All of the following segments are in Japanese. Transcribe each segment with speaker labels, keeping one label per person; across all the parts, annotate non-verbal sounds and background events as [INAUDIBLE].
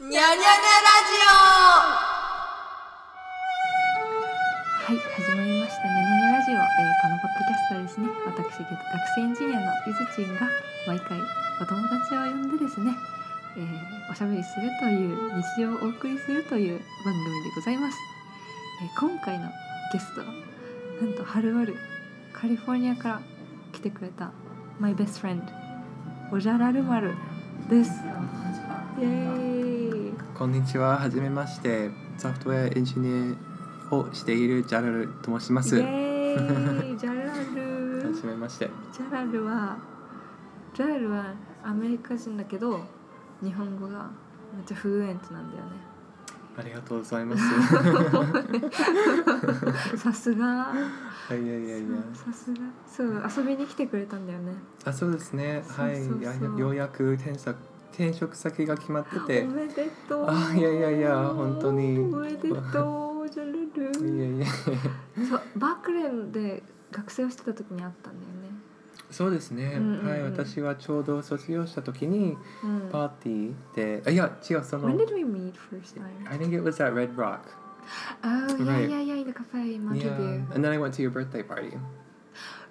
Speaker 1: にゃにゃにゃラ
Speaker 2: はい、始まりましたねねねラジオ、えーこのポッドキャストはですね、私学生エンジニアのゆずちんが毎回お友達を呼んでですね、えーおしゃべりするという日常をお送りするという番組でございます。えー今回のゲストはなんとはるばるカリフォルニアから来てくれた my best friend おじゃらるまるです。イエーイ。
Speaker 3: こんにちは、はじめまして。ソフトウェアエンジニアをしているジャラルと申しま
Speaker 2: イ
Speaker 3: す。
Speaker 2: エ
Speaker 3: は
Speaker 2: ーイ。じゃ
Speaker 3: [LAUGHS]
Speaker 2: らる。
Speaker 3: じめまして。
Speaker 2: ジャラルはジャラルはアメリカ人だけど日本語がめっちゃフルエントなんだよ
Speaker 3: ありがとうござい
Speaker 2: [LAUGHS]
Speaker 3: ます。
Speaker 2: ね [LAUGHS] さすが
Speaker 3: いやいやいやいや。
Speaker 2: さすがそう遊びに来てくれたんだよね
Speaker 3: あ、そうですね。は
Speaker 2: そうそうそう
Speaker 3: い、やようやく転職転職先が決まってて
Speaker 2: お。めでとう
Speaker 3: あいやいやいや本当に
Speaker 2: おめでとうジャラ
Speaker 3: いや
Speaker 2: ル
Speaker 3: いや。
Speaker 2: そうバークレーで学生をしてた時にあったんだよね
Speaker 3: そうですね。
Speaker 2: うんうんうん
Speaker 3: はい、私はちょうど卒業した時に
Speaker 2: うん
Speaker 3: パーティーで、あいや違うその
Speaker 2: When。did we meet first time?
Speaker 3: I think it was at Red Rock.
Speaker 2: Oh, yeah,
Speaker 3: Right.
Speaker 2: yeah, yeah, in the cafe in Mountain
Speaker 3: Yeah. And then I went to your birthday party.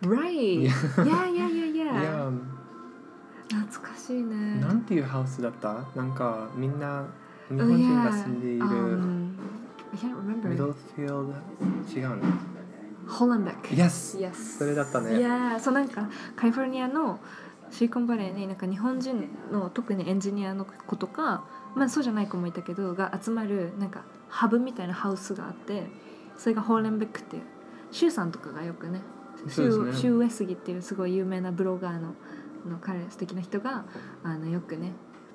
Speaker 2: View. Right.
Speaker 3: Yeah.
Speaker 2: Yeah, yeah, yeah, yeah.
Speaker 3: [LAUGHS] Yeah.
Speaker 2: 懐かしいね。
Speaker 3: なんていうハウスだったなんかみんな日本人が住んでい
Speaker 2: Oh, yeah.
Speaker 3: る
Speaker 2: Um, I can't
Speaker 3: ミド
Speaker 2: remember.
Speaker 3: ルフィールド違うの
Speaker 2: Hollenbeck.
Speaker 3: Yes!
Speaker 2: Yes.
Speaker 3: それだったね
Speaker 2: Yeah. そうなんかカリフォルニアのシリコンバレーになんか日本人の特にエンジニアの子とか、まあそうじゃない子もいたけどが集まるなんかハブみたいなハウスがあって、それがホーレンベックっていうシュウさんとかがよくね、シ
Speaker 3: そう
Speaker 2: ュ
Speaker 3: です
Speaker 2: ウ、
Speaker 3: ね
Speaker 2: シュウ上杉っていうすごい有名なブロガーのの彼素敵な人があのよくね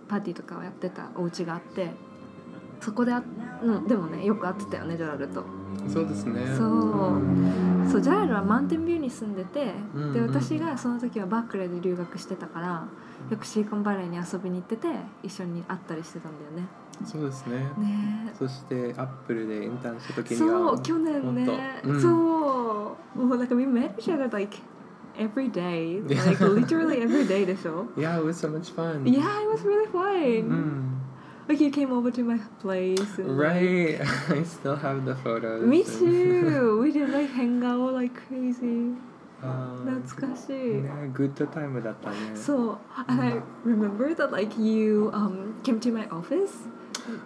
Speaker 2: パーティーとかをやってたお家があって。そこであ、うん、でもねよく会ってたよねジョラルと
Speaker 3: そうですね
Speaker 2: そう
Speaker 3: うん
Speaker 2: そうジャラルはマウンテンビューに住んでて、
Speaker 3: うんうん
Speaker 2: で私がその時はバークレーで留学してたからよくシリコンバレーに遊びに行ってて一緒に会ったりしてたんだよね。
Speaker 3: そうですね
Speaker 2: ね
Speaker 3: そしてアップルでインターンした時
Speaker 2: え
Speaker 3: には
Speaker 2: そう去年ね、
Speaker 3: ほんとうん
Speaker 2: そうもうなんか we met each other like every day
Speaker 3: Yeah.
Speaker 2: like literally every day でしょ
Speaker 3: Yeah, it was so much fun
Speaker 2: Yeah, it was really
Speaker 3: う
Speaker 2: fun.、
Speaker 3: ん
Speaker 2: Like you came over to my place. and, like,
Speaker 3: Right! [LAUGHS] I still have the photos
Speaker 2: Me too. We did like hang out like crazy. 懐かしい。
Speaker 3: グッドタイムだったね
Speaker 2: So and I remember that like you um came to my office.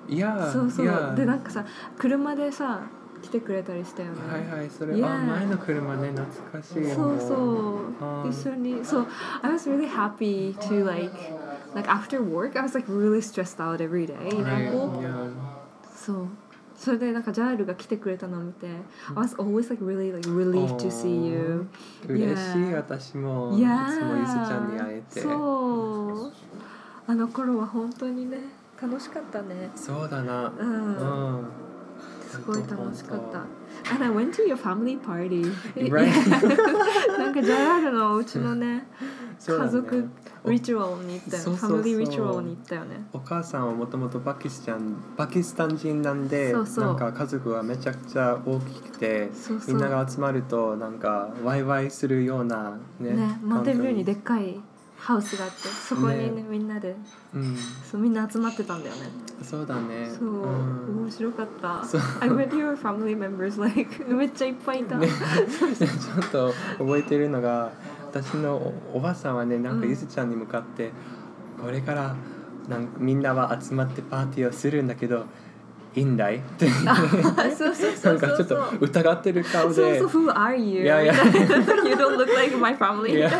Speaker 3: Yeah!
Speaker 2: そうそう。
Speaker 3: yeah.
Speaker 2: でなんかさ車でさ来てくれたりしたよね。
Speaker 3: はいはいそれ、あ
Speaker 2: Yeah.
Speaker 3: 前の車ね懐かしい
Speaker 2: そう
Speaker 3: あ
Speaker 2: そう。
Speaker 3: ー
Speaker 2: 一緒に。そう。I was really happy to like like after work I was like really stressed out every day.
Speaker 3: う
Speaker 2: You know?
Speaker 3: いや
Speaker 2: そう。それでなんかジャールが来てくれたのを見て、I was always like really like relieved to see you.
Speaker 3: 嬉しい私も
Speaker 2: い
Speaker 3: いつ
Speaker 2: や
Speaker 3: もゆずちゃんに会えて
Speaker 2: そうあの頃は本当にね楽しかったね
Speaker 3: そうだな
Speaker 2: う
Speaker 3: うんん
Speaker 2: すごい楽しかった。And I went to your family party.
Speaker 3: [LAUGHS] Right.
Speaker 2: [LAUGHS] なんか JR のうちのね、
Speaker 3: [LAUGHS] そうだ
Speaker 2: 家
Speaker 3: ね
Speaker 2: 族リチュアルに行ったよ
Speaker 3: そう
Speaker 2: ね。ファ
Speaker 3: そうそう
Speaker 2: ミリーリチュアルに行ったよね。
Speaker 3: [LAUGHS] お母さんはもともとパキスタンパキスタン人なんで
Speaker 2: そうそう
Speaker 3: なんか家族はめちゃくちゃ大きくて
Speaker 2: そうそう。
Speaker 3: みんなが集まるとなんかワイワイするようなね
Speaker 2: ね、マウンテンビューにでっ
Speaker 3: 環
Speaker 2: かいハウスがあって、そこにね
Speaker 3: ね
Speaker 2: みんなで、
Speaker 3: 境に
Speaker 2: そうみんな集まってたんだよね。
Speaker 3: うんそうだね
Speaker 2: そう、
Speaker 3: ん
Speaker 2: 面白かった
Speaker 3: そう。
Speaker 2: I met your family members like [LAUGHS] めっちゃいっぱいいた。
Speaker 3: ね、ちょっと覚えてるのが私のおおばさんはねなんか
Speaker 2: うん
Speaker 3: ゆずちゃんに向かって、これからなんみんなは集まってパーティーをするんだけどいいんだいって
Speaker 2: [LAUGHS] そうそうそ
Speaker 3: な
Speaker 2: うんそ
Speaker 3: かち
Speaker 2: う
Speaker 3: ょっ
Speaker 2: そう
Speaker 3: と。疑ってる顔
Speaker 2: そう
Speaker 3: で
Speaker 2: そう、Who are you?
Speaker 3: いやいや
Speaker 2: [LAUGHS] you don't look like my family.
Speaker 3: いや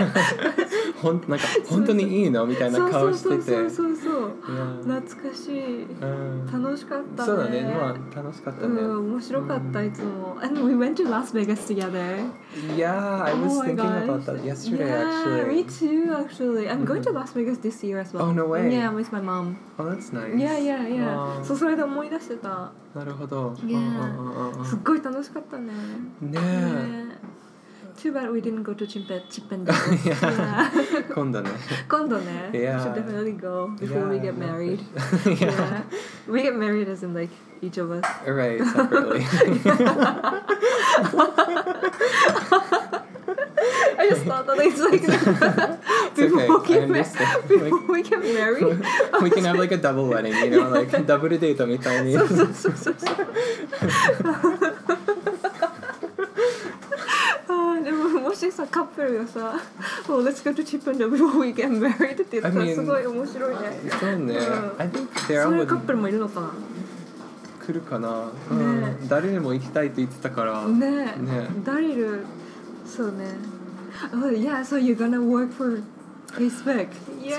Speaker 3: ほんなんか本当にいいのみたいな顔してて。い
Speaker 2: そ
Speaker 3: や
Speaker 2: うそうそうそうそう
Speaker 3: う
Speaker 2: 懐かしい
Speaker 3: ん
Speaker 2: 楽しかったね
Speaker 3: そうだねまあ楽しかった
Speaker 2: う
Speaker 3: ね。
Speaker 2: ん面白かったいつも and we went to Las Vegas together
Speaker 3: Yeah, I was
Speaker 2: Oh my
Speaker 3: thinking about
Speaker 2: gosh.
Speaker 3: that yesterday
Speaker 2: yeah, me
Speaker 3: actually.
Speaker 2: too actually I'm going to Las Vegas this year as well
Speaker 3: Oh, no way.
Speaker 2: yeah with my mom
Speaker 3: Oh, that's nice.
Speaker 2: yeah yeah yeah
Speaker 3: あー
Speaker 2: そうそれで思い出してた
Speaker 3: なるほど。
Speaker 2: Yeah.
Speaker 3: うんうんうんうん
Speaker 2: すっごい楽しかったね
Speaker 3: ねえ。
Speaker 2: ね Too bad we didn't go to Chimpe
Speaker 3: [LAUGHS]
Speaker 2: Chippendales yeah. [LAUGHS]
Speaker 3: 今度ね。
Speaker 2: 今度ね
Speaker 3: Yeah.
Speaker 2: should definitely go before we
Speaker 3: Yeah,
Speaker 2: get married
Speaker 3: [LAUGHS] yeah.
Speaker 2: yeah. We get married as in like each of us.
Speaker 3: Right, separately.
Speaker 2: I I just thought that it's like before [LAUGHS]
Speaker 3: okay,
Speaker 2: we
Speaker 3: I
Speaker 2: get [LAUGHS]
Speaker 3: understand.
Speaker 2: before we get
Speaker 3: [LAUGHS]
Speaker 2: married.
Speaker 3: [LAUGHS] we can have like a double wedding, you know, like [LAUGHS] double date みたいに。
Speaker 2: [LAUGHS] そうそうそうそうそう。あーでももしさカップルがさ「Well, let's go to Japan before we get married」って言った
Speaker 3: I
Speaker 2: ら
Speaker 3: mean-
Speaker 2: すごい面白いね。
Speaker 3: そう
Speaker 2: う
Speaker 3: ね。
Speaker 2: ん
Speaker 3: I think
Speaker 2: そう
Speaker 3: there
Speaker 2: いうカップ
Speaker 3: are
Speaker 2: ルもいるのか
Speaker 3: 来るかな。うん
Speaker 2: ね
Speaker 3: 誰でも行きたいって言ってたから。
Speaker 2: な。ねえ。
Speaker 3: ね
Speaker 2: ダリル、そうね。Oh yeah, so you're gonna work for
Speaker 3: [LAUGHS]
Speaker 2: Facebook.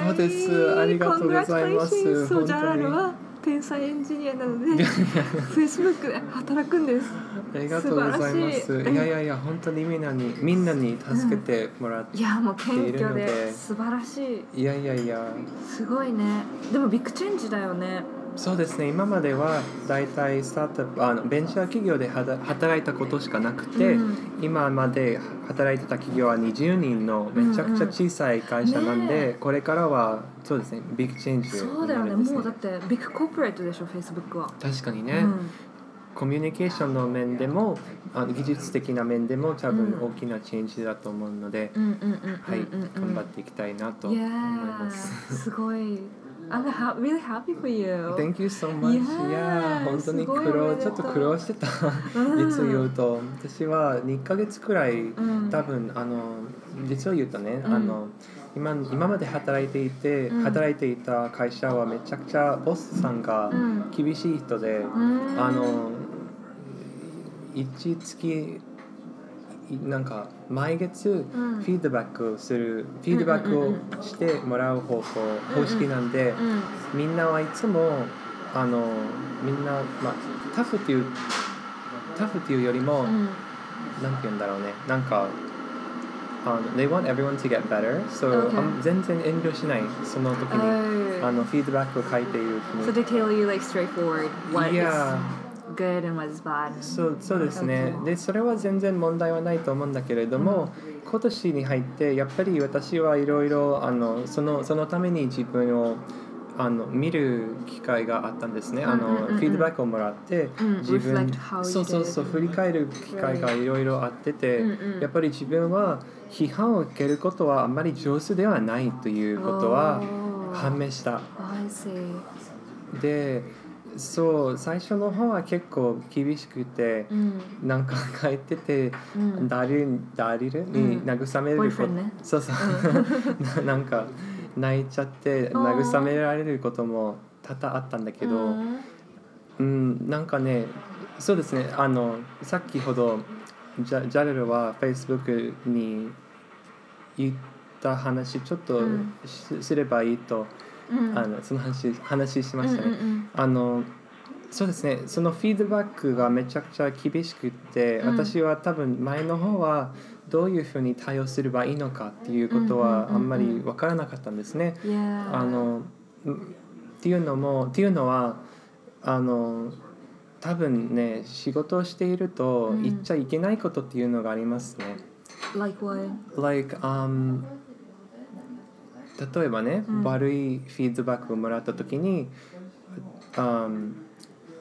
Speaker 3: そうですありがとうございます
Speaker 2: Congratulations
Speaker 3: 本当
Speaker 2: そう
Speaker 3: に
Speaker 2: ジャラルは天才エンジニアなので、Facebook で働くんです。
Speaker 3: ありがとうござい
Speaker 2: 素
Speaker 3: ま
Speaker 2: 晴
Speaker 3: す。
Speaker 2: ら
Speaker 3: い
Speaker 2: しい
Speaker 3: やいやいや、本当にみんなに、みんなに助けてもらって。
Speaker 2: いやもう謙虚
Speaker 3: いるの
Speaker 2: で
Speaker 3: で
Speaker 2: 素晴らしい。
Speaker 3: いやいやいや、
Speaker 2: すごいね。でもビッグチェンジだよね。
Speaker 3: そうですね。今まではだいたいスタートアップ、あのベンチャー企業ではた働いたことしかなくて。
Speaker 2: うん
Speaker 3: 今まで働いてた企業は20人のめちゃくちゃ小さい会社な
Speaker 2: うんうんね
Speaker 3: んで、
Speaker 2: え
Speaker 3: これからはそうですねビッグチェンジ
Speaker 2: そうだよね。
Speaker 3: になるんです
Speaker 2: もうだってビッグコーポレートでしょ Facebook は。
Speaker 3: 確かにね、
Speaker 2: うん
Speaker 3: コミュニケーションの面でもあの技術的な面でも多分大きなチェンジだと思うので、
Speaker 2: うんうんうん
Speaker 3: はい、
Speaker 2: うんうんうん
Speaker 3: 頑張っていきたいなと思いま
Speaker 2: Yeah,
Speaker 3: す。
Speaker 2: すごい。I'm ha- really happy for you.
Speaker 3: Thank you so much.
Speaker 2: い
Speaker 3: い
Speaker 2: やー
Speaker 3: やー本当
Speaker 2: す
Speaker 3: に苦
Speaker 2: ごいおめ
Speaker 3: 労
Speaker 2: で
Speaker 3: ち
Speaker 2: と
Speaker 3: ょ
Speaker 2: う
Speaker 3: っと苦労してた
Speaker 2: うん
Speaker 3: 実を言うと私は2ヶ月くらい
Speaker 2: うん
Speaker 3: 多分あの実を言うとね、
Speaker 2: うん
Speaker 3: あの今今まで働いていて、
Speaker 2: うん
Speaker 3: 働いていた会社はめちゃくちゃボスさんが
Speaker 2: うん
Speaker 3: 厳しい人で、
Speaker 2: うん
Speaker 3: あの一月いなんか毎月フ
Speaker 2: うん
Speaker 3: ィードバックをする、フィードバック
Speaker 2: うんう
Speaker 3: を
Speaker 2: ん
Speaker 3: してもらう方向、
Speaker 2: うん
Speaker 3: 方式なんで、
Speaker 2: うん
Speaker 3: みんなはいつもあのみんな、まあ、タフっていうタフっていうよりも、
Speaker 2: うん
Speaker 3: なんて言うんだろうねなんかあの They want everyone to get better so、
Speaker 2: Okay.
Speaker 3: あん全然遠慮しないその時にあ
Speaker 2: Oh.
Speaker 3: のフィードバックを書いているうち
Speaker 2: So
Speaker 3: に
Speaker 2: they tell you like straightforward what
Speaker 3: いや
Speaker 2: is good and what is bad.
Speaker 3: そうそうですね
Speaker 2: Okay.
Speaker 3: でそれは全然問題はないと思うんだけれども、今年に入ってやっぱり私はいろいろあのそのそのために自分をあの見る機会があったんですね、あ
Speaker 2: うんうん
Speaker 3: の
Speaker 2: うんうん
Speaker 3: フィードバックをもらって、
Speaker 2: うん
Speaker 3: 自分
Speaker 2: reflect how you
Speaker 3: そうそうそう
Speaker 2: did.
Speaker 3: 振り返る機会がいろいろあってて、
Speaker 2: うんうん
Speaker 3: やっぱり自分は批判を受けることはあんまり上手ではないということは
Speaker 2: Oh.
Speaker 3: 判明した。
Speaker 2: I see.
Speaker 3: でそう最初の方は結構厳しくて、
Speaker 2: うん
Speaker 3: なんか [LAUGHS] 帰ってて、
Speaker 2: うん
Speaker 3: ダリルダリル
Speaker 2: う
Speaker 3: に
Speaker 2: ん
Speaker 3: 慰めること、
Speaker 2: Boyfriend ね
Speaker 3: そうそう、な [LAUGHS] なんか泣いちゃって慰められることも多々あったんだけど、
Speaker 2: う
Speaker 3: うん、
Speaker 2: ん
Speaker 3: なんかねそうですねあのさっきほどジャジャレルは Facebook に言った話ちょっと
Speaker 2: うん
Speaker 3: し,、すればいいと、
Speaker 2: うん
Speaker 3: あのその話話しましたね。
Speaker 2: うんうん
Speaker 3: あのそうですねそのフィードバックがめちゃくちゃ厳しくって、
Speaker 2: うん
Speaker 3: 私は多分前の方はどういうふうに対応すればいいのかっていうこと
Speaker 2: うんうんうん
Speaker 3: は
Speaker 2: うん
Speaker 3: あんまり分からなかったんですね。
Speaker 2: うん Yeah.
Speaker 3: あのうんっていうのもっていうのはあの多分ね仕事をしていると
Speaker 2: うん
Speaker 3: 言っちゃいけないことっていうのがありますね。
Speaker 2: like what?
Speaker 3: like, um, 例えばね、
Speaker 2: うん
Speaker 3: 悪いフィードバックをもらった時に、um,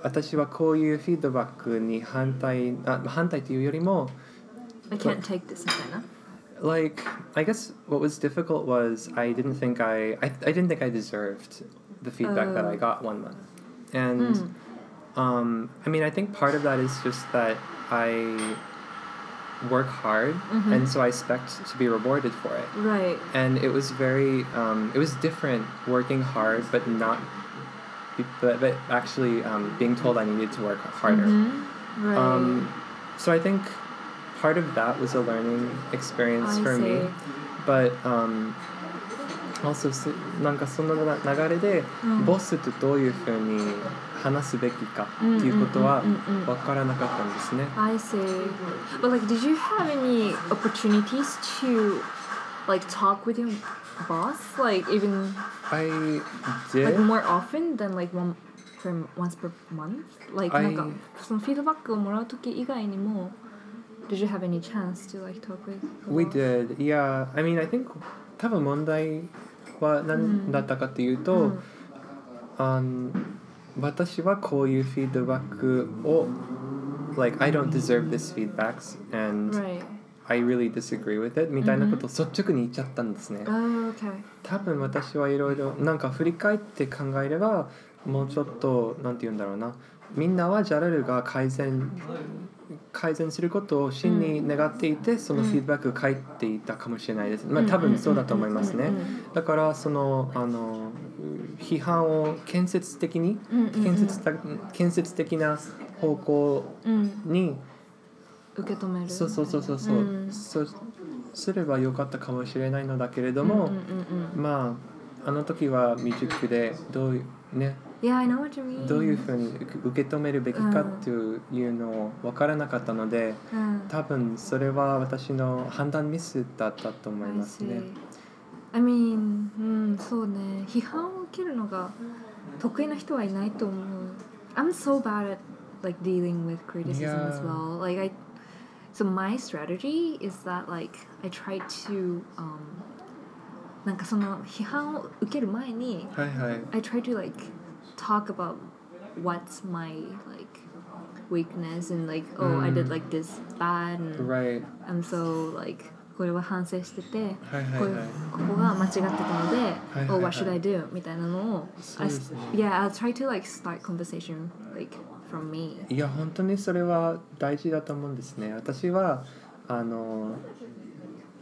Speaker 3: 私はこういうフィードバックに反対あ反対というよりも
Speaker 2: I can't take this みたいな。
Speaker 3: like I guess what was difficult was I didn't think I I, I didn't think I deserved the feedback that
Speaker 2: Oh.
Speaker 3: I got one month and
Speaker 2: Mm.
Speaker 3: um, I mean I think part of that is just that I work hard
Speaker 2: Mhm.
Speaker 3: and so I expect to be rewarded for it
Speaker 2: Right.
Speaker 3: and it was very um, it was different working hard but not but, but actually um, being told i needed to work harder
Speaker 2: Mhm. Right.
Speaker 3: um, so i think part of that was a learning experience
Speaker 2: I
Speaker 3: for me
Speaker 2: see.
Speaker 3: but um, also すなんかそのな流れで、
Speaker 2: うん
Speaker 3: ボスとどういうふうに話すべきかっていうことは
Speaker 2: うんうんうんうんうん
Speaker 3: 分からなかったんですね。
Speaker 2: I see. But like, did you have any opportunities to like talk with your boss, like even
Speaker 3: I
Speaker 2: like
Speaker 3: did
Speaker 2: more often than like one per once per month? Like,
Speaker 3: I-
Speaker 2: なんかそのフィードバックをもらう時以外にも did you have any chance to like talk with? the
Speaker 3: We
Speaker 2: boss?
Speaker 3: did, yeah. I mean, I think 多分問題は何だったかっていう
Speaker 2: う
Speaker 3: と、
Speaker 2: ん
Speaker 3: あの私はこういうフィードバックを like I don't deserve this feedbacks and
Speaker 2: Right.
Speaker 3: I really disagree with it みたいなことを率直に言っちゃったんですね。
Speaker 2: Oh, okay.
Speaker 3: 多分私はいろいろなんか振り返って考えればもうちょっとなんて言うんだろうなみんなはジャラルが改善改善することを真に願っていて、そのフィードバックを書いていたかもしれないです、まあ、多分そうだと思いますね、だからそのあの批判を建設的に
Speaker 2: うんうんうん
Speaker 3: 建設的建設的な方向
Speaker 2: うん、
Speaker 3: に
Speaker 2: 受け止める。
Speaker 3: そうそうそうそうそう、
Speaker 2: うん
Speaker 3: そうすればよかったかもしれないのだけれど
Speaker 2: う
Speaker 3: も、
Speaker 2: んうんうんうん
Speaker 3: まああの時は未熟でどういうね
Speaker 2: Yeah, I know what you mean. Uh,
Speaker 3: どういうふうに受け止めるべきかっていうのを分からなかったので
Speaker 2: うん
Speaker 3: 多分それは私の判断ミスだったと思いますね。
Speaker 2: I see. I mean, うん、そうね。批判を受けるのが得意な人はいないと思う。I'm so bad at like dealing with criticism
Speaker 3: Yeah.
Speaker 2: as well. Like I, so my strategy is that like I try to, um, なんかその批判を受ける前に、
Speaker 3: はいはい。
Speaker 2: I try to like talk about what's my like weakness and like oh I did
Speaker 3: Mm.
Speaker 2: like this bad and
Speaker 3: Right.
Speaker 2: I'm so like これは反省してて、
Speaker 3: はいはい
Speaker 2: こ
Speaker 3: は
Speaker 2: う
Speaker 3: い
Speaker 2: い。ここが間違ってたので、
Speaker 3: はいはい
Speaker 2: oh what should I do みたいなのを、
Speaker 3: そうですね
Speaker 2: I, yeah I'll try to like start conversation like from me
Speaker 3: いや本当にそれは大事だと思うんですね。私はあの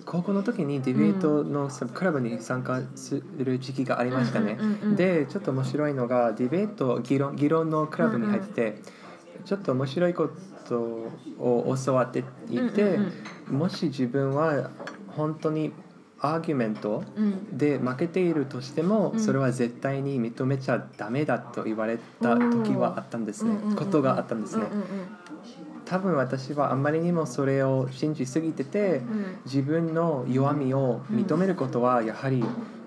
Speaker 3: 高校の時にディベートのサブクラブに参加する時期がありましたね
Speaker 2: うんうんうんう。ん
Speaker 3: でちょっと面白いのがディベート議論議論のクラブに入ってて、ちょっと面白いことを教わっていて、
Speaker 2: うん
Speaker 3: もし自分は本当にアーギュメント
Speaker 2: うん
Speaker 3: で負けているとしても、
Speaker 2: うん
Speaker 3: それは絶対に認めちゃダメだと言われた時はあったんですね、
Speaker 2: うんうんうん
Speaker 3: ことがあったんですね、
Speaker 2: うんうん
Speaker 3: 多分私はあんまりにもそれを信じすぎてて、
Speaker 2: うん
Speaker 3: 自分の弱みを認めることはやはり、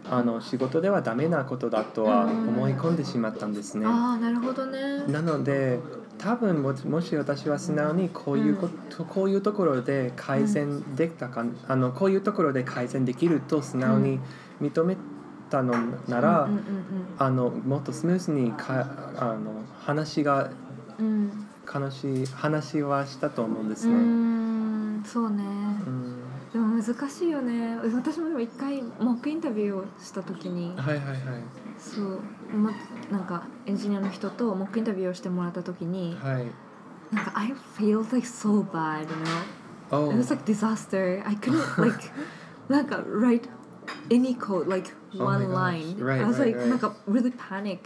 Speaker 3: あの仕事ではダメなことだとは思い込んでしまったんです
Speaker 2: う
Speaker 3: ね、
Speaker 2: ん、ああなるほどね
Speaker 3: なので多分ももし私は素直にこういうこと、こういうところで改善できたか、あのこういうところで改善できると素直に認めたのなら、
Speaker 2: うん
Speaker 3: あのもっとスムーズにかあの話が
Speaker 2: うんうん
Speaker 3: 悲しい話はしたと思うんで
Speaker 2: う
Speaker 3: す
Speaker 2: んうー
Speaker 3: ね。
Speaker 2: んそうね、
Speaker 3: うん
Speaker 2: でも難しいよね私もでも一回モックインタビューをした時に
Speaker 3: はいはいはい
Speaker 2: そう、ま、なんかエンジニアの人とモックインタビューをしてもらった時に、
Speaker 3: はい。
Speaker 2: なんか I feel like so bad you know
Speaker 3: Oh,
Speaker 2: it was like disaster I
Speaker 3: [LAUGHS]
Speaker 2: couldn't like なんか write any code like
Speaker 3: Oh my
Speaker 2: one
Speaker 3: gosh.
Speaker 2: line
Speaker 3: Right,
Speaker 2: I was like
Speaker 3: right, right.
Speaker 2: なんか really panicked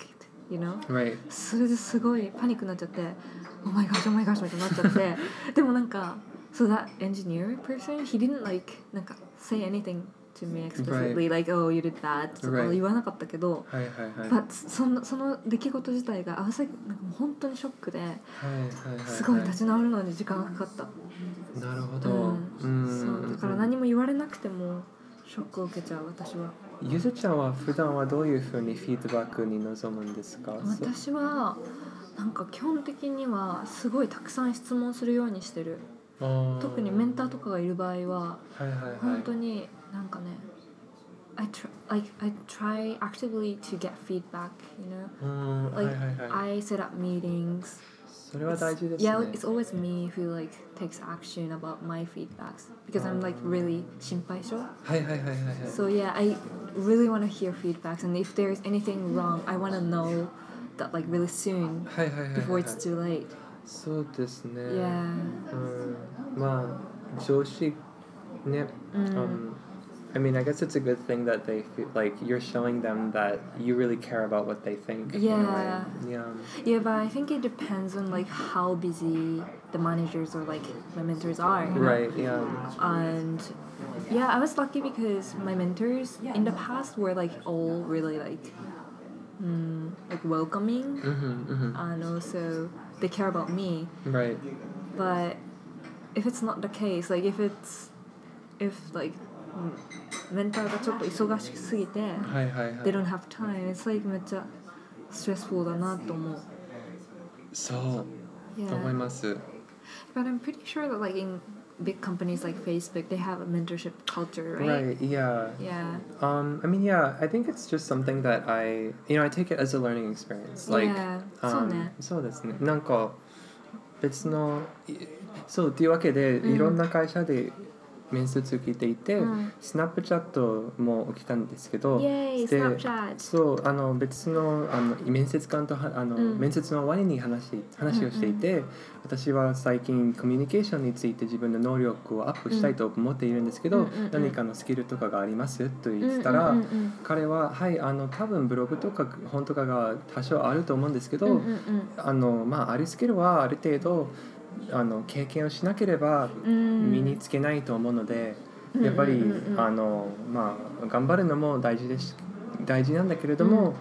Speaker 2: you know
Speaker 3: right.
Speaker 2: それですごいパニックになっちゃって「お前がしお前がし」みたいになっちゃって
Speaker 3: [LAUGHS]
Speaker 2: でもなんか so that engineer person he didn't like なんか say anything to me explicitly like oh you did that とか
Speaker 3: Right.
Speaker 2: 言わなかったけど、
Speaker 3: はいはいはい。
Speaker 2: but そのその出来事自体が I was like なんかもう本当にショックで
Speaker 3: はいはいはい。
Speaker 2: すごい立ち直るのに時間がかかった、
Speaker 3: なるほど。
Speaker 2: うそうだから何も言われなくてもショックを受けちゃう私は
Speaker 3: ゆずちゃんは普段はどういうふうにフィードバックに臨むんですかそう
Speaker 2: 私はなんか基本的にはすごいたくさん質問するようにしてる
Speaker 3: あー
Speaker 2: 特にメンターとかがいる場合は
Speaker 3: はいはいはい
Speaker 2: 本当になんかね、I try like I try actively to get feedback you know
Speaker 3: うんはい
Speaker 2: like、
Speaker 3: はいはい
Speaker 2: I set up meetings
Speaker 3: それは大事ですね
Speaker 2: yeah it's always me who like takes action about my feedbacks because I'm like really 心配性
Speaker 3: はいはいはいはいはい
Speaker 2: so yeah I really want to hear feedbacks and if there's anything wrong I want to know that like really soon
Speaker 3: はいはいはいはい
Speaker 2: before it's too late
Speaker 3: そうですね
Speaker 2: yeah
Speaker 3: うんまあ上司ね、um, I mean, I guess it's a good thing that they feel like you're showing them that you really care about what they think. in a
Speaker 2: Yeah.
Speaker 3: way. Yeah.
Speaker 2: Yeah, but I think it depends on like how busy the managers or like my mentors are. you know?
Speaker 3: Right. Yeah.
Speaker 2: And yeah, I was lucky because my mentors in the past were like all really like mm, like welcoming
Speaker 3: hmm hmm
Speaker 2: and also they care about me.
Speaker 3: Right.
Speaker 2: But if it's not the case, like if it's if like mm, mentor がちょっと忙しすぎて
Speaker 3: はいはいは
Speaker 2: they
Speaker 3: い。
Speaker 2: don't have time, it's like めっちゃ stressful だなと思う。
Speaker 3: そう。と
Speaker 2: Yeah.
Speaker 3: 思います。
Speaker 2: But I'm pretty sure that like in big companies like Facebook, they have a mentorship culture, right?
Speaker 3: Right. Yeah.
Speaker 2: Yeah.
Speaker 3: Um, I mean, yeah, I think it's just something that I, you know, I take it as a learning experience. Like,
Speaker 2: Yeah,
Speaker 3: um,
Speaker 2: そうね。
Speaker 3: そうですね。なんか別のいそうというわけで、
Speaker 2: ん
Speaker 3: いろんな会社で面接受けていて、
Speaker 2: うん
Speaker 3: スナップチャットも起きたんですけど、
Speaker 2: イエーイ、
Speaker 3: で
Speaker 2: Snapchat。
Speaker 3: そうあの別のあの面接官とはあの、
Speaker 2: うん
Speaker 3: 面接の終わりに話し話をしていて、私は最近コミュニケーションについて自分の能力をアップしたいと思っているんですけど、
Speaker 2: うんうんうん
Speaker 3: 何かのスキルとかがありますと言ってたら、
Speaker 2: うんうん
Speaker 3: 彼は「はいあの多分ブログとか本とかが多少あると思うんですけど、
Speaker 2: うんうんうん
Speaker 3: あのまああるスキルはある程度あの経験をしなければ
Speaker 2: うん
Speaker 3: 身につけないと思うので。やっぱり、
Speaker 2: うんうんうん
Speaker 3: あのまあ頑張るのも大事です大事なんだけれども、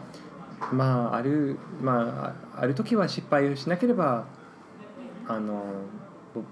Speaker 3: まああるまああある時は失敗をしなければあのぼ
Speaker 2: mm.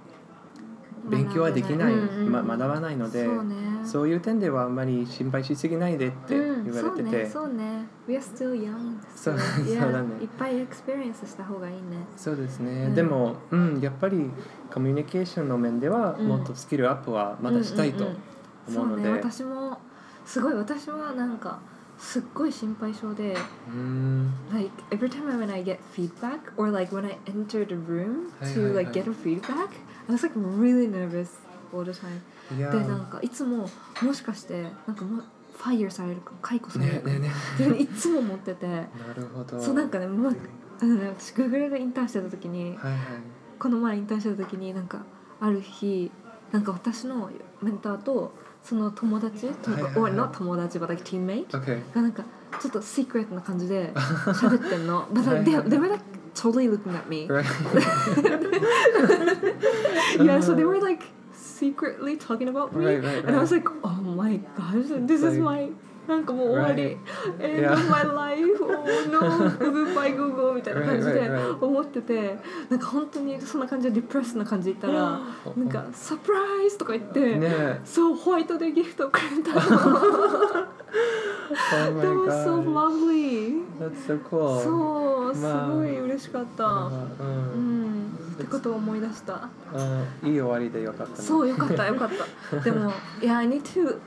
Speaker 3: 勉強はできない、
Speaker 2: 学べないうんうん
Speaker 3: ま、学ばないので
Speaker 2: そうね。
Speaker 3: そういう点ではあんまり心配しすぎないでって
Speaker 2: うん
Speaker 3: 言われてて、
Speaker 2: そうね、そうね。We are still young.
Speaker 3: [LAUGHS] そう
Speaker 2: so, yeah,
Speaker 3: そうだね
Speaker 2: いっぱいエクスペリエンスした方がいいね。
Speaker 3: そうですね、
Speaker 2: うん
Speaker 3: でも、うん、やっぱりコミュニケーションの面では、
Speaker 2: うん
Speaker 3: もっとスキルアップはまだしたいと
Speaker 2: うんうんうん
Speaker 3: 思うので。
Speaker 2: そうね、私もすごい私はなんかすっごい心配性で。
Speaker 3: うん、
Speaker 2: like every time I- when I get feedback or like when I enter the room
Speaker 3: Hey,
Speaker 2: to
Speaker 3: hey,
Speaker 2: like
Speaker 3: hey.
Speaker 2: get a feedback, I was like really nervous all the time.
Speaker 3: いや
Speaker 2: でなんかいつももしかしてなんかもうファイヤーされるか解雇され
Speaker 3: ね
Speaker 2: るか
Speaker 3: ねね
Speaker 2: っていうのいつも思って
Speaker 3: [LAUGHS]
Speaker 2: て、
Speaker 3: なるほど。
Speaker 2: そうなんかねもうあのね私 Google でインターンしてた時に
Speaker 3: はいはい。
Speaker 2: この前インターンしてた時になんかある日なんか私のメンターとその友達と
Speaker 3: はいはい
Speaker 2: か、
Speaker 3: はい
Speaker 2: or not 友達 but like teammate
Speaker 3: Okay.
Speaker 2: がなんかちょっとシークレットな感じ
Speaker 3: [LAUGHS]
Speaker 2: で喋ってんの。But
Speaker 3: はいはい
Speaker 2: they, they were like totally looking at me.
Speaker 3: Right.
Speaker 2: [LAUGHS] yeah, so they were like secretly talking about me.
Speaker 3: Right, right,
Speaker 2: And I was
Speaker 3: right.
Speaker 2: like, oh my gosh, this is my なんかもう終わり
Speaker 3: Right.、
Speaker 2: end of my life, oh no, goodbye Google みたいな感じ
Speaker 3: Right,
Speaker 2: で
Speaker 3: right, right.
Speaker 2: 思ってて、なんか本当にそんな感じでディプレスな感じで言った
Speaker 3: [LAUGHS]
Speaker 2: ら、なんかサプライズとか言って、 [LAUGHS]
Speaker 3: ねえ。
Speaker 2: そうホワイトデーギフトをくれたの。
Speaker 3: [LAUGHS] Oh my
Speaker 2: That was so
Speaker 3: god.
Speaker 2: lovely.
Speaker 3: That's so cool.
Speaker 2: そう、
Speaker 3: まあ
Speaker 2: すごい嬉しかった、
Speaker 3: う。
Speaker 2: うんんってことを思い出した
Speaker 3: うんいい終わりでよかったね。
Speaker 2: そうよかったよかったでも Yeah I need to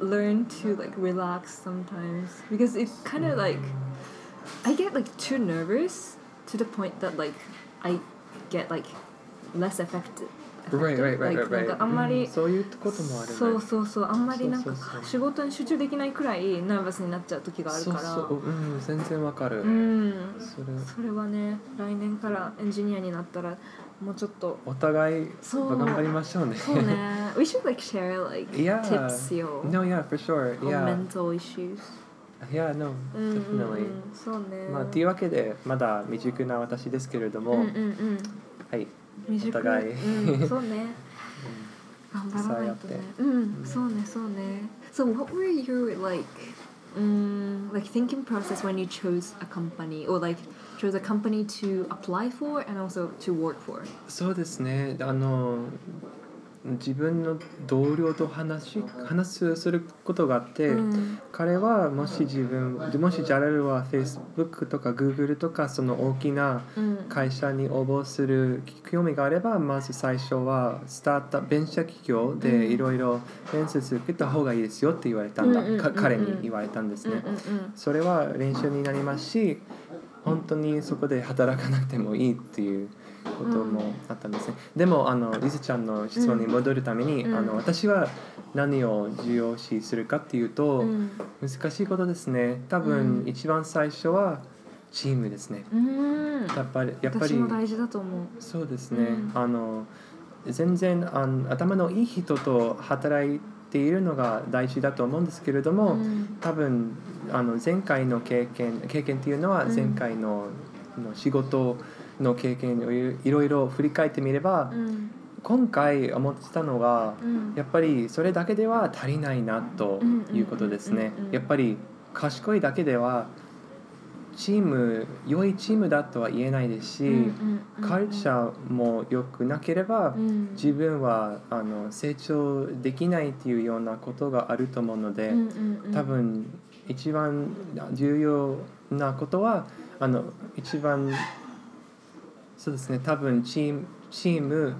Speaker 2: learn to like relax sometimes because it kind of like I get like too nervous to the point that like I get like less affected
Speaker 3: Right, right,
Speaker 2: like な
Speaker 3: right, right,
Speaker 2: ん
Speaker 3: right.
Speaker 2: かあんまり、
Speaker 3: うんそういうこともあるね。
Speaker 2: そうそうそうあんまりなんか
Speaker 3: そうそうそう
Speaker 2: 仕事に集中できないくらいナーバスになっちゃう時があるから
Speaker 3: そうそう。うん、全然わかる。
Speaker 2: うん
Speaker 3: それ
Speaker 2: それはね来年からエンジニアになったらもうちょっと
Speaker 3: [LAUGHS] お互い
Speaker 2: そう
Speaker 3: 頑張りましょうね。 [LAUGHS]
Speaker 2: そうね We should like share like
Speaker 3: Yeah.
Speaker 2: tips よ
Speaker 3: [LAUGHS] No, yeah, for sure.
Speaker 2: or
Speaker 3: Yeah.
Speaker 2: mental issues
Speaker 3: Yeah, no,
Speaker 2: うんうんう
Speaker 3: definitely.
Speaker 2: んそうね
Speaker 3: まあ、というわけで、まだ未熟な私ですけれど
Speaker 2: う
Speaker 3: も、
Speaker 2: んうんうん
Speaker 3: はい。
Speaker 2: 未熟
Speaker 3: お互い [LAUGHS]
Speaker 2: うんそうね頑張らないとね
Speaker 3: 支え合っ
Speaker 2: うんそうねそうね So what were your like um like thinking process when you chose a company or like chose a company to apply for and also to work for
Speaker 3: そうですねあの自分の同僚と話し話すすることがあって、
Speaker 2: うん
Speaker 3: 彼はもし自分もしジャラルは Facebook とか Google とかその大きな
Speaker 2: うん
Speaker 3: 会社に応募する興味があればまず最初はスタートアップベンチャー企業
Speaker 2: うん
Speaker 3: でいろいろ面接受けた方がいいですよって言われたんだ、
Speaker 2: うんうんうんうん
Speaker 3: か彼に言われたんです
Speaker 2: うんう
Speaker 3: ね。
Speaker 2: んうん
Speaker 3: それは練習になりますし本当にそこで働かなくてもいいっていうこともあったんですね、でもあのリズちゃんの質問に戻るために、
Speaker 2: うん
Speaker 3: あの私は何を重要視するかっていうと、
Speaker 2: うん
Speaker 3: 難しいことですね多分
Speaker 2: うん
Speaker 3: 一番最初はチームですね
Speaker 2: うん
Speaker 3: やっぱりやっぱ
Speaker 2: 私
Speaker 3: り
Speaker 2: も大事だと思う
Speaker 3: そうですね、
Speaker 2: うん
Speaker 3: あの全然あの頭のいい人と働いているのが大事だと思うんですけれども、
Speaker 2: うん
Speaker 3: 多分あの前回の経験経験っていうのは
Speaker 2: うん
Speaker 3: 前回の,、の仕事の経験をいいろいろ振り返ってみれば、
Speaker 2: うん
Speaker 3: 今回思ってたのが、
Speaker 2: うん
Speaker 3: やっぱりそれだけでは足りないなということですね
Speaker 2: うんうんうんうんうん。
Speaker 3: やっぱり賢いだけではチーム良いチームだとは言えないですし、カルチャーも良くなければ、
Speaker 2: うん
Speaker 3: 自分はあの成長できないっていうようなことがあると思うので。
Speaker 2: うんうんうん
Speaker 3: 多分一番重要なことはあの一番そうですね多分チームチーム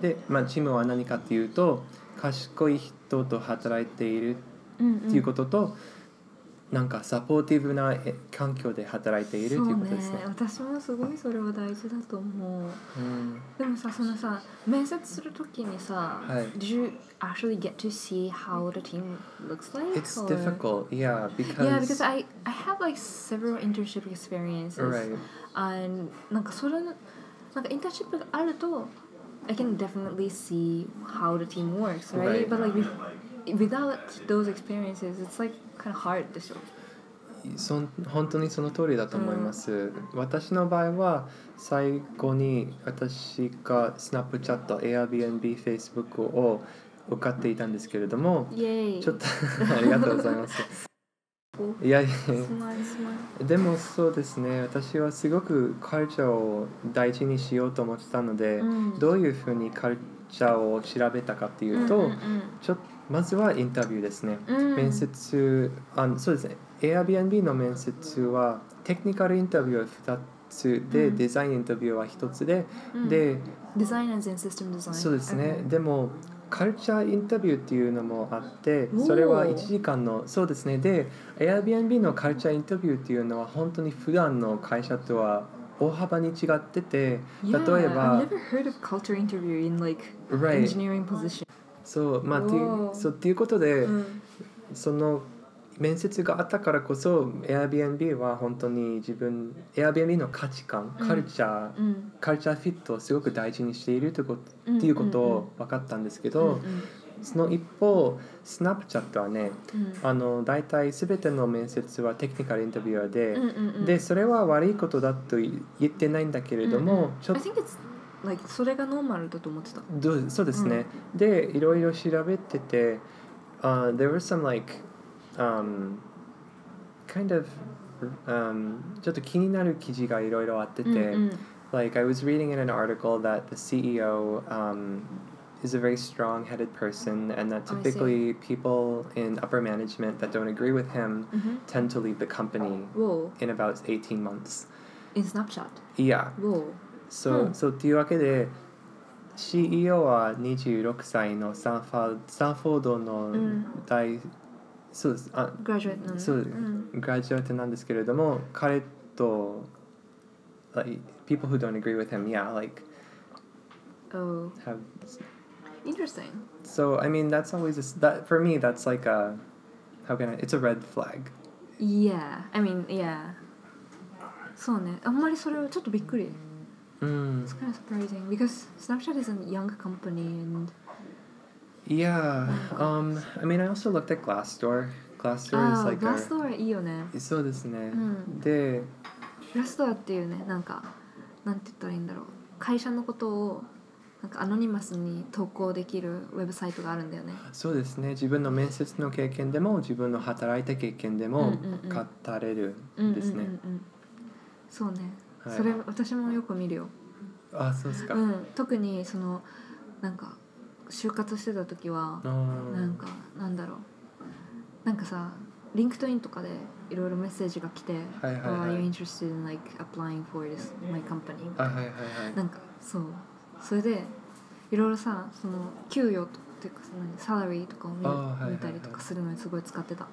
Speaker 3: で、まあ、チームは何かっていうと賢い人と働いている
Speaker 2: うんうん
Speaker 3: っていうことと、なんかサポーティブなえ環境で働いているということですね。
Speaker 2: 私もすごいそれは大事だと思う
Speaker 3: うん
Speaker 2: でもさそのさ面接するときにさ、
Speaker 3: はい
Speaker 2: Do you actually get to see how the team looks like?
Speaker 3: It's
Speaker 2: or-
Speaker 3: difficult, yeah, because
Speaker 2: Yeah, because I, I have like several internship experiences.
Speaker 3: right,
Speaker 2: And なんかそれのなんかインターンシップがあると I can definitely see how the team works, right?
Speaker 3: Right.
Speaker 2: But like with- without those experiences, it's like kind of hard でしょ。
Speaker 3: そん本当にその通りだと思います。私の場合は最後に私が Snapchat、Airbnb、Facebook を受かっていたんですけれども、
Speaker 2: イェイ。
Speaker 3: ちょっと [LAUGHS] ありがとうございます。
Speaker 2: お
Speaker 3: いやい
Speaker 2: す
Speaker 3: やいや。
Speaker 2: まんすまん。
Speaker 3: でもそうですね私はすごくカルチャーを大事にしようと思ってたので、
Speaker 2: うん
Speaker 3: どういうふうにカルチャーを調べたかっていうと、
Speaker 2: うん
Speaker 3: ちょまずはインタビューですね、
Speaker 2: うんうん、
Speaker 3: 面接あそうですね Airbnb の面接はテクニカルインタビューは2つで、
Speaker 2: うん
Speaker 3: デザインインタビューは1つで、
Speaker 2: うん、
Speaker 3: で
Speaker 2: デザイナー全システムデザイン。
Speaker 3: そうですね、
Speaker 2: Okay.
Speaker 3: でもカルチャーインタビューっていうのもあって
Speaker 2: おー
Speaker 3: それは1時間のそうですねで Airbnb のカルチャーインタビューっていうのは本当に普段の会社とは大幅に違ってて
Speaker 2: Yeah,
Speaker 3: 例えば
Speaker 2: I've never heard of culture interview in like
Speaker 3: Right
Speaker 2: engineering position. Mm,
Speaker 3: そうまあってい
Speaker 2: おー
Speaker 3: うそうっていうことで、
Speaker 2: うん
Speaker 3: その面接があったからこそ Airbnb は本当に自分 Airbnb の価値観
Speaker 2: うん
Speaker 3: カルチャー、
Speaker 2: うん
Speaker 3: カルチャーフィットをすごく大事にしているということ,、
Speaker 2: うん
Speaker 3: っていうことを分かったんですけど、
Speaker 2: うんうん
Speaker 3: その一方 Snapchat はね
Speaker 2: うん
Speaker 3: あの大体全ての面接はテクニカルインタビュアーで、
Speaker 2: うんうんうん
Speaker 3: でそれは悪いことだと言ってないんだけれども、
Speaker 2: うんうん
Speaker 3: ちょっ
Speaker 2: I think it's like それがノーマルだと思ってた。
Speaker 3: どうそうですね、でいろいろ調べてて、uh, there were some like、um, kind of um, ちょっと気になる記事がいろいろあってて、
Speaker 2: うんうん
Speaker 3: Like I was reading in an article that the CEO um, is a very strong-headed person, and that
Speaker 2: Oh, I see.
Speaker 3: typically people in upper management that don't agree with him
Speaker 2: うん。
Speaker 3: tend to leave the company
Speaker 2: Wow,
Speaker 3: in about 18 months.
Speaker 2: in Snapchat.
Speaker 3: Yeah.
Speaker 2: Wow.
Speaker 3: So
Speaker 2: うん
Speaker 3: so というわけで CEO は26歳のサンファーサンフォードの
Speaker 2: うん
Speaker 3: 大、そうですあ
Speaker 2: Graduate なの。
Speaker 3: そうんグラジュアートなんですけれども彼と like people who don't agree with him yeah like
Speaker 2: Oh,
Speaker 3: have
Speaker 2: interesting.
Speaker 3: So I mean, that's always a s that for me. That's like a how can I? It's a red flag.
Speaker 2: Yeah, I mean, yeah. そうね。あんまりそれはちょっとびっくり。
Speaker 3: Mm.
Speaker 2: It's kind of surprising because Snapchat is a young company and
Speaker 3: Yeah. Um. I mean, I also looked at Glassdoor. Ah, Glassdoor Mm. is
Speaker 2: ああ、
Speaker 3: like
Speaker 2: グラス
Speaker 3: a.
Speaker 2: ドアいいよね。
Speaker 3: そうですね。
Speaker 2: うん
Speaker 3: で、
Speaker 2: グラスドアっていうね、なんかなんて言ったらいいんだろう。会社のことをなんかアノニマスに投稿できるウェブサイトがあるんだよね。
Speaker 3: そうですね。自分の面接の経験でも、自分の働いた経験で
Speaker 2: う
Speaker 3: も
Speaker 2: んうんうん
Speaker 3: 語れる
Speaker 2: うん
Speaker 3: ん
Speaker 2: うんう
Speaker 3: で
Speaker 2: んう
Speaker 3: すね。
Speaker 2: ん。そうね。
Speaker 3: はい
Speaker 2: それ私もよく見るよ。
Speaker 3: あ、そうですか。
Speaker 2: う
Speaker 3: あ
Speaker 2: ん。特にそのなんか就活してた時は。
Speaker 3: ー
Speaker 2: なんかなんだろうなんかさリンクトインとかでいろいろメッセージが来て「
Speaker 3: はいはいはい
Speaker 2: Are you interested in like applying for this my company?」
Speaker 3: あ、はいはいはい。
Speaker 2: なんかそうそれでいろいろさその給与とっていうかそのサラリーとかを見,、
Speaker 3: あーはいはいはい
Speaker 2: 見たりとかするのにすごい使ってた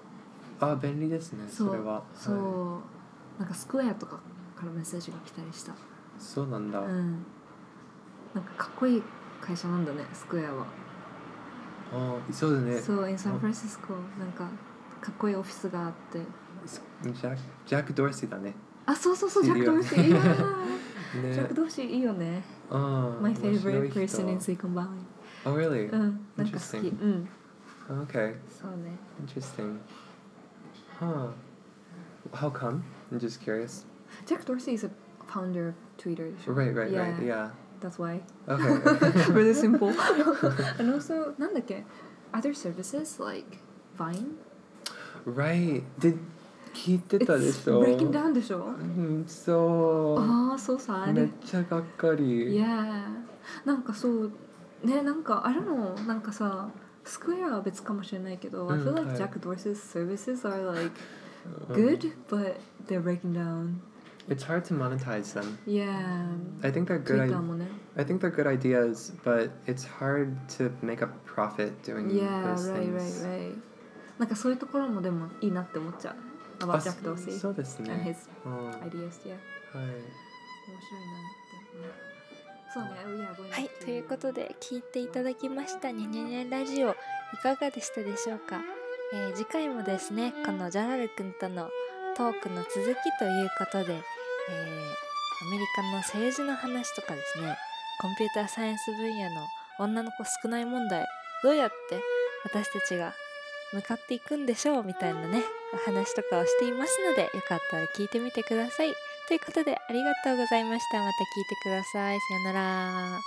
Speaker 3: あ、便利ですね。そ
Speaker 2: そう
Speaker 3: れは。
Speaker 2: そう、
Speaker 3: はい
Speaker 2: なんかスクエアとかからメッセージが来たりした
Speaker 3: そうなんだ。
Speaker 2: う
Speaker 3: あ
Speaker 2: んなんかかっこいい会社なんだねスクエアは
Speaker 3: ー、そうだね。
Speaker 2: そう、in San Francisco なんかかっこいいオフィスがあって
Speaker 3: ジャックジャックドーシーだね。
Speaker 2: あ、そうそうそう、
Speaker 3: い
Speaker 2: ジャッ
Speaker 3: る
Speaker 2: ク・ド
Speaker 3: よ
Speaker 2: ーシー。いいなぁ
Speaker 3: ね。
Speaker 2: ジャック・ドーシーいいよね。
Speaker 3: うん
Speaker 2: My
Speaker 3: 面白
Speaker 2: favorite
Speaker 3: い人
Speaker 2: person in Silicon Valley。
Speaker 3: Oh, really?
Speaker 2: うん、なんか好き。
Speaker 3: Interesting
Speaker 2: うん、
Speaker 3: Okay,
Speaker 2: そうね。
Speaker 3: interesting. Huh. How come? I'm just curious.
Speaker 2: ジャック・ドーシー is a founder of Twitter でしょ。
Speaker 3: Right, right, right.
Speaker 2: Yeah.
Speaker 3: Yeah.
Speaker 2: That's why. [LAUGHS]
Speaker 3: Okay. [LAUGHS]
Speaker 2: really simple. And also, なんだっけ ?Other services like Vine?
Speaker 3: right. Did 聞いてたで
Speaker 2: It's
Speaker 3: しょ
Speaker 2: breaking down でしょ
Speaker 3: うん、そ
Speaker 2: ああ、そうさ
Speaker 3: う。。めっちゃがっかり。
Speaker 2: Yeah. なんかそうねなんかあれもなんかさスクエアは別かもしれないけど、I
Speaker 3: うん
Speaker 2: feel like
Speaker 3: はい
Speaker 2: Jack Dorsey's services are like
Speaker 3: うん
Speaker 2: good but they're breaking down
Speaker 3: It's hard to monetize them.
Speaker 2: yeah
Speaker 3: I think they're good.
Speaker 2: Twitter
Speaker 3: I,
Speaker 2: もね
Speaker 3: I think they're good ideas, but it's hard to make a profit doing
Speaker 2: yeah
Speaker 3: those
Speaker 2: right
Speaker 3: things.
Speaker 2: right right なんかそういうところもでもいいなって思っちゃう
Speaker 4: about
Speaker 3: あ
Speaker 4: Jack Dorsey
Speaker 3: そうですね
Speaker 4: and his
Speaker 3: うん
Speaker 4: ideas. Yeah.
Speaker 3: はい
Speaker 5: は、
Speaker 4: はい
Speaker 5: ということで聞いていただきましたニャニャニャラジオいかがでしたでしょうか、えー次回もですねこのジャラル君とのトークの続きということで、えーアメリカの政治の話とかですねコンピューターサイエンス分野の女の子少ない問題どうやって私たちが向かっていくんでしょうみたいなね話とかをしていますのでよかったら聞いてみてください。ということでありがとうございました。また聞いてください。さよなら。